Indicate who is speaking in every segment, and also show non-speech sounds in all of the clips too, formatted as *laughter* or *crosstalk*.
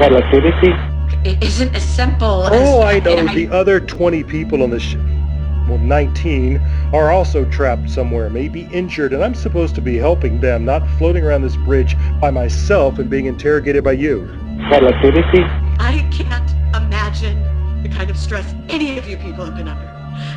Speaker 1: relativity.
Speaker 2: It isn't as simple as...
Speaker 3: All Oh, I know is
Speaker 2: mean,
Speaker 3: the other 20 people on the ship, well, 19, are also trapped somewhere, maybe injured, and I'm supposed to be helping them, not floating around this bridge by myself and being interrogated by you.
Speaker 1: Relativity.
Speaker 4: I can't imagine the kind of stress any of you people have been under.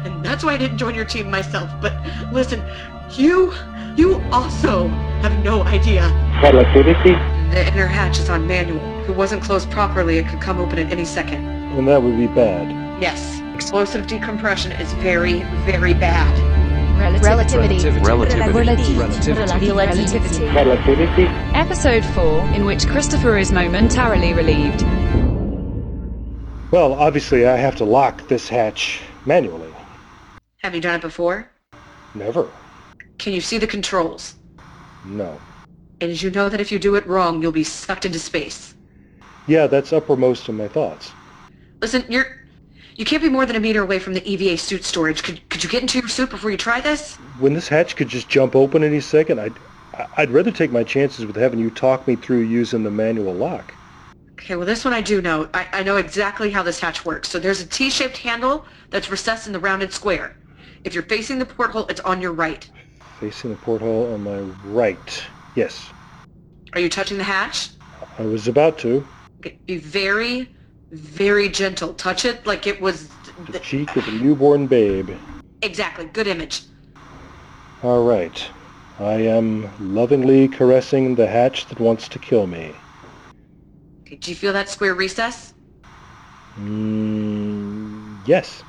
Speaker 4: And that's why I didn't join your team myself. But listen, you, you also have no idea.
Speaker 1: Relativity.
Speaker 4: The inner hatch is on manual. If it wasn't closed properly, it could come open at any second.
Speaker 3: And that would be bad.
Speaker 4: Yes, explosive decompression is very, very bad.
Speaker 5: Relativity.
Speaker 6: Relativity.
Speaker 5: Relativity. Relativity.
Speaker 1: Relativity.
Speaker 5: Episode 4, in which Christopher is momentarily relieved.
Speaker 3: Well, obviously I have to lock this hatch manually.
Speaker 4: Have you done it before?
Speaker 3: Never.
Speaker 4: Can you see the controls?
Speaker 3: No.
Speaker 4: And you know that if you do it wrong, you'll be sucked into space.
Speaker 3: Yeah, that's uppermost in my thoughts.
Speaker 4: Listen, you're, you can't be more than a meter away from the EVA suit storage. Could, could you get into your suit before you try this?
Speaker 3: When this hatch could just jump open any second, I'd, I'd rather take my chances with having you talk me through using the manual lock.
Speaker 4: Okay, well this one I do know. I, I know exactly how this hatch works. So there's a T-shaped handle that's recessed in the rounded square. If you're facing the porthole, it's on your right.
Speaker 3: Facing the porthole on my right. Yes,
Speaker 4: Are you touching the hatch?
Speaker 3: I was about to.
Speaker 4: Okay, be very, very gentle. Touch it like it was...
Speaker 3: The cheek of a newborn babe.
Speaker 4: Exactly, good image.
Speaker 3: All right. I am lovingly caressing the hatch that wants to kill me.
Speaker 4: Okay, do you feel that square recess?
Speaker 3: Mm, yes.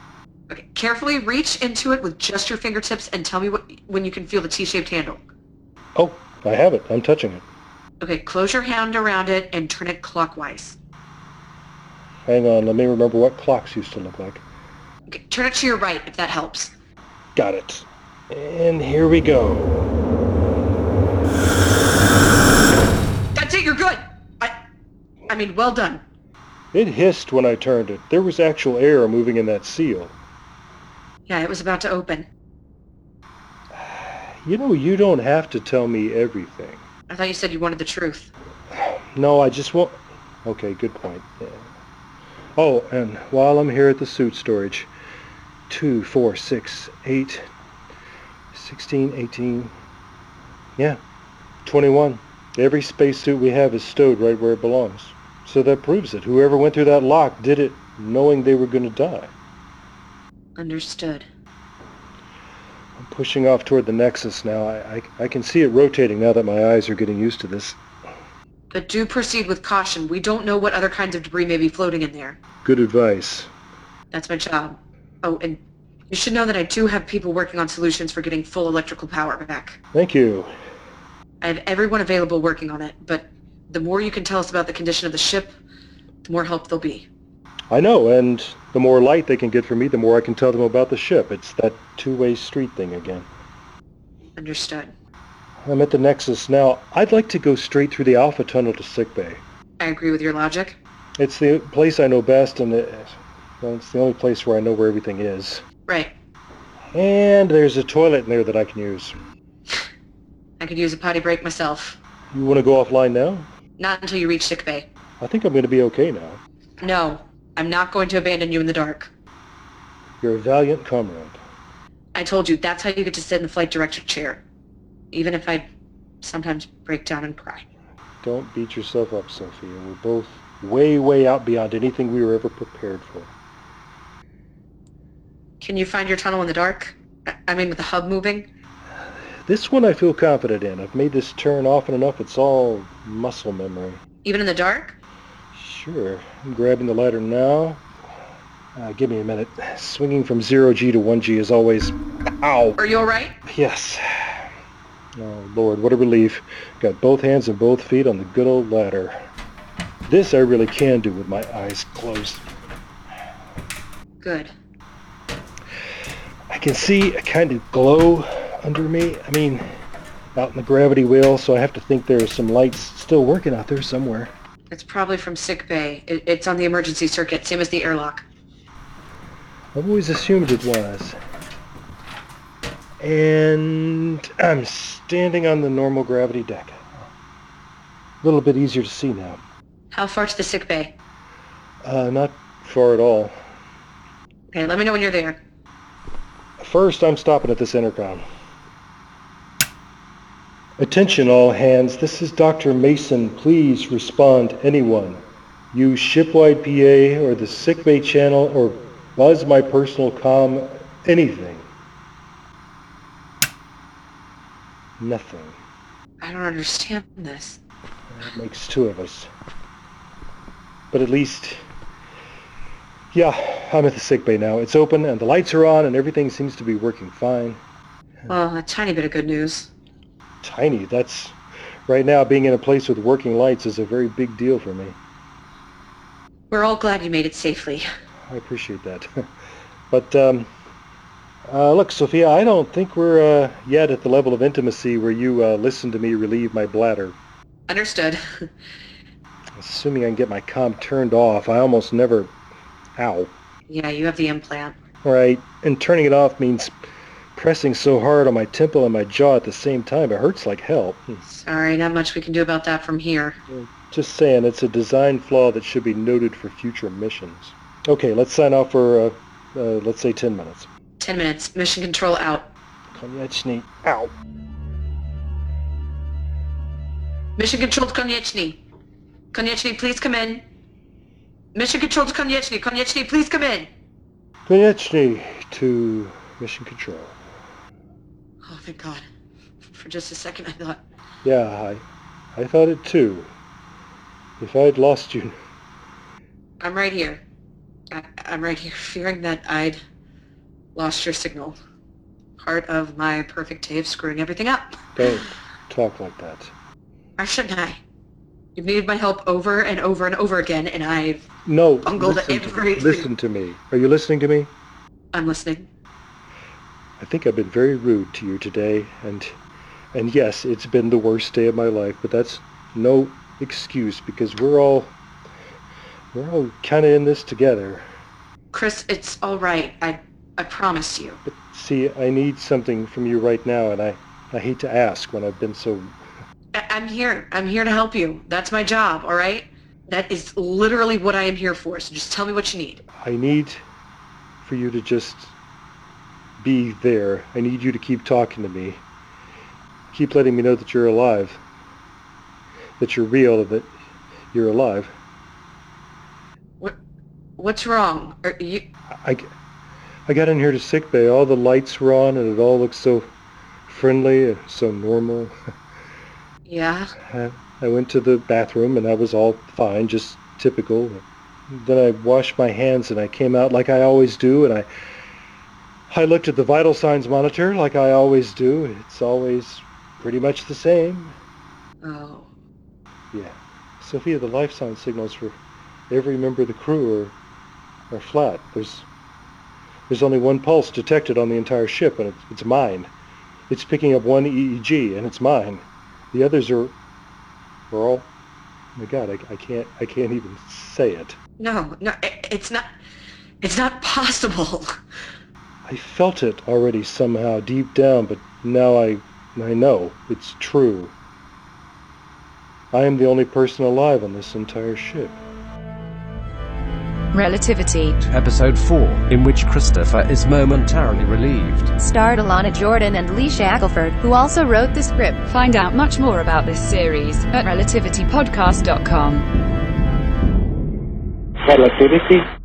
Speaker 4: Okay, carefully reach into it with just your fingertips and tell me what, when you can feel the T-shaped handle.
Speaker 3: Oh, I have it. I'm touching it.
Speaker 4: Okay, close your hand around it and turn it clockwise.
Speaker 3: Hang on. Let me remember what clocks used to look like.
Speaker 4: Okay, turn it to your right if that helps.
Speaker 3: Got it. And here we go.
Speaker 4: That's it, you're good. I, I mean, well done.
Speaker 3: It hissed when I turned it. There was actual air moving in that seal.
Speaker 4: Yeah, it was about to open.
Speaker 3: You know, you don't have to tell me everything.
Speaker 4: I thought you said you wanted the truth.
Speaker 3: No, I just want... Okay, good point. Yeah. Oh, and while I'm here at the suit storage, 2, 4, 6, 8, 16, 18, yeah, 21. Every spacesuit we have is stowed right where it belongs. So that proves it. Whoever went through that lock did it knowing they were going to die.
Speaker 4: Understood.
Speaker 3: I'm pushing off toward the Nexus now. I, I, I can see it rotating now that my eyes are getting used to this.
Speaker 4: But do proceed with caution. We don't know what other kinds of debris may be floating in there.
Speaker 3: Good advice.
Speaker 4: That's my job. Oh, and you should know that I do have people working on solutions for getting full electrical power back.
Speaker 3: Thank you.
Speaker 4: I have everyone available working on it, but the more you can tell us about the condition of the ship, the more help there'll be.
Speaker 3: I know, and the more light they can get from me, the more I can tell them about the ship. It's that two-way street thing again.
Speaker 4: Understood.
Speaker 3: I'm at the Nexus now. I'd like to go straight through the Alpha Tunnel to sick bay.
Speaker 4: I agree with your logic.
Speaker 3: It's the place I know best, and it, well, it's the only place where I know where everything is.
Speaker 4: Right.
Speaker 3: And there's a toilet in there that I can use.
Speaker 4: I could use a potty break myself.
Speaker 3: You want to go offline now?
Speaker 4: Not until you reach sick bay.
Speaker 3: I think I'm going to be okay now.
Speaker 4: No, I'm not going to abandon you in the dark.
Speaker 3: You're a valiant comrade.
Speaker 4: I told you, that's how you get to sit in the flight director chair. Even if I sometimes break down and cry.
Speaker 3: Don't beat yourself up, Sophia. We're both way, way out beyond anything we were ever prepared for.
Speaker 4: Can you find your tunnel in the dark? I- I mean, with the hub moving?
Speaker 3: This one I feel confident in. I've made this turn often enough. It's all muscle memory.
Speaker 4: Even in the dark?
Speaker 3: Sure. I'm grabbing the ladder now. Uh, give me a minute. Swinging from 0G to 1G is always... Ow!
Speaker 4: Are you alright?
Speaker 3: Yes. Oh, Lord, what a relief. Got both hands and both feet on the good old ladder. This I really can do with my eyes closed.
Speaker 4: Good.
Speaker 3: I can see a kind of glow under me. I mean, out in the gravity well, so I have to think there's some lights still working out there somewhere.
Speaker 4: It's probably from sick bay. It- it's on the emergency circuit, same as the airlock.
Speaker 3: I've always assumed it was. And I'm standing on the normal gravity deck. A little bit easier to see now.
Speaker 4: How far to the sick bay?
Speaker 3: Uh, not far at all.
Speaker 4: Okay, let me know when you're there.
Speaker 3: First, I'm stopping at this intercom. Attention all hands, this is Dr. Mason. Please respond anyone. Use shipwide PA or the sick bay channel or buzz my personal com, anything. Nothing.
Speaker 4: I don't understand this.
Speaker 3: That makes two of us. But at least, yeah, I'm at the sick bay now. It's open and the lights are on and everything seems to be working fine.
Speaker 4: Well, a tiny bit of good news.
Speaker 3: Tiny, that's right now being in a place with working lights is a very big deal for me.
Speaker 4: We're all glad you made it safely.
Speaker 3: I appreciate that. *laughs* but um, uh, look, Sophia, I don't think we're uh, yet at the level of intimacy where you uh, listen to me relieve my bladder.
Speaker 4: Understood. *laughs*
Speaker 3: Assuming I can get my com turned off, I almost never... Ow.
Speaker 4: yeah, you have the implant.
Speaker 3: Right, and turning it off means pressing so hard on my temple and my jaw at the same time. It hurts like hell.
Speaker 4: Sorry, not much we can do about that from here.
Speaker 3: Just saying, it's a design flaw that should be noted for future missions. Okay, let's sign off for, uh, uh, let's say, 10 minutes.
Speaker 4: Ten minutes. Mission control out.
Speaker 3: Konieczny. Ow.
Speaker 4: Mission control to Konieczny. Konieczny, please come in. Mission control to Konieczny. Konieczny, please come in.
Speaker 3: Konieczny to mission control.
Speaker 7: Oh, thank God. For just a second, I thought,
Speaker 3: Yeah, I, I thought it too. If I'd lost you... *laughs*
Speaker 4: I'm right here. I- I'm right here, *laughs* fearing that I'd lost your signal. Part of my perfect day of screwing everything up.
Speaker 3: Don't talk like that.
Speaker 4: Or shouldn't I? You've needed my help over and over and over again, and I've...
Speaker 3: No,
Speaker 4: Uncle, that
Speaker 3: listen to-
Speaker 4: every-
Speaker 3: listen to me. Are you listening to me?
Speaker 4: I'm listening.
Speaker 3: I think I've been very rude to you today, and and yes, it's been the worst day of my life, but that's no excuse because we're all we're all kind of in this together.
Speaker 4: Chris, it's all right. I, I promise you.
Speaker 3: But see, I need something from you right now, and I I hate to ask when I've been so
Speaker 4: I- I'm here. I'm here to help you. That's my job, all right? That is literally what I am here for, so just tell me what you need.
Speaker 3: I need for you to just be there. I need you to keep talking to me. Keep letting me know that you're alive. That you're real, that you're alive.
Speaker 4: What, what's wrong? Are you,
Speaker 3: I, I got in here to sick bay. All the lights were on, and it all looked so friendly and so normal.
Speaker 4: yeah?
Speaker 3: I, I went to the bathroom, and I was all fine, just typical. Then I washed my hands, and I came out like I always do, and I, I looked at the vital signs monitor like I always do. It's always pretty much the same.
Speaker 4: Oh,
Speaker 3: Yeah. Sophia, the life sign signals for every member of the crew are, are flat. There's there's only one pulse detected on the entire ship, and it's, it's mine. It's picking up one EEG, and it's mine. The others are, are all. Oh my God, I, I can't I can't even say it.
Speaker 4: no, no, it, it's not, it's not possible. *laughs*
Speaker 3: I felt it already somehow deep down, but now I I know it's true. I am the only person alive on this entire ship.
Speaker 5: Relativity.
Speaker 6: Episode 4, in which Christopher is momentarily relieved.
Speaker 8: starred Alana Jordan and Lee Shackelford, who also wrote the script.
Speaker 5: Find out much more about this series at relativitypodcast.com.
Speaker 1: Relativity.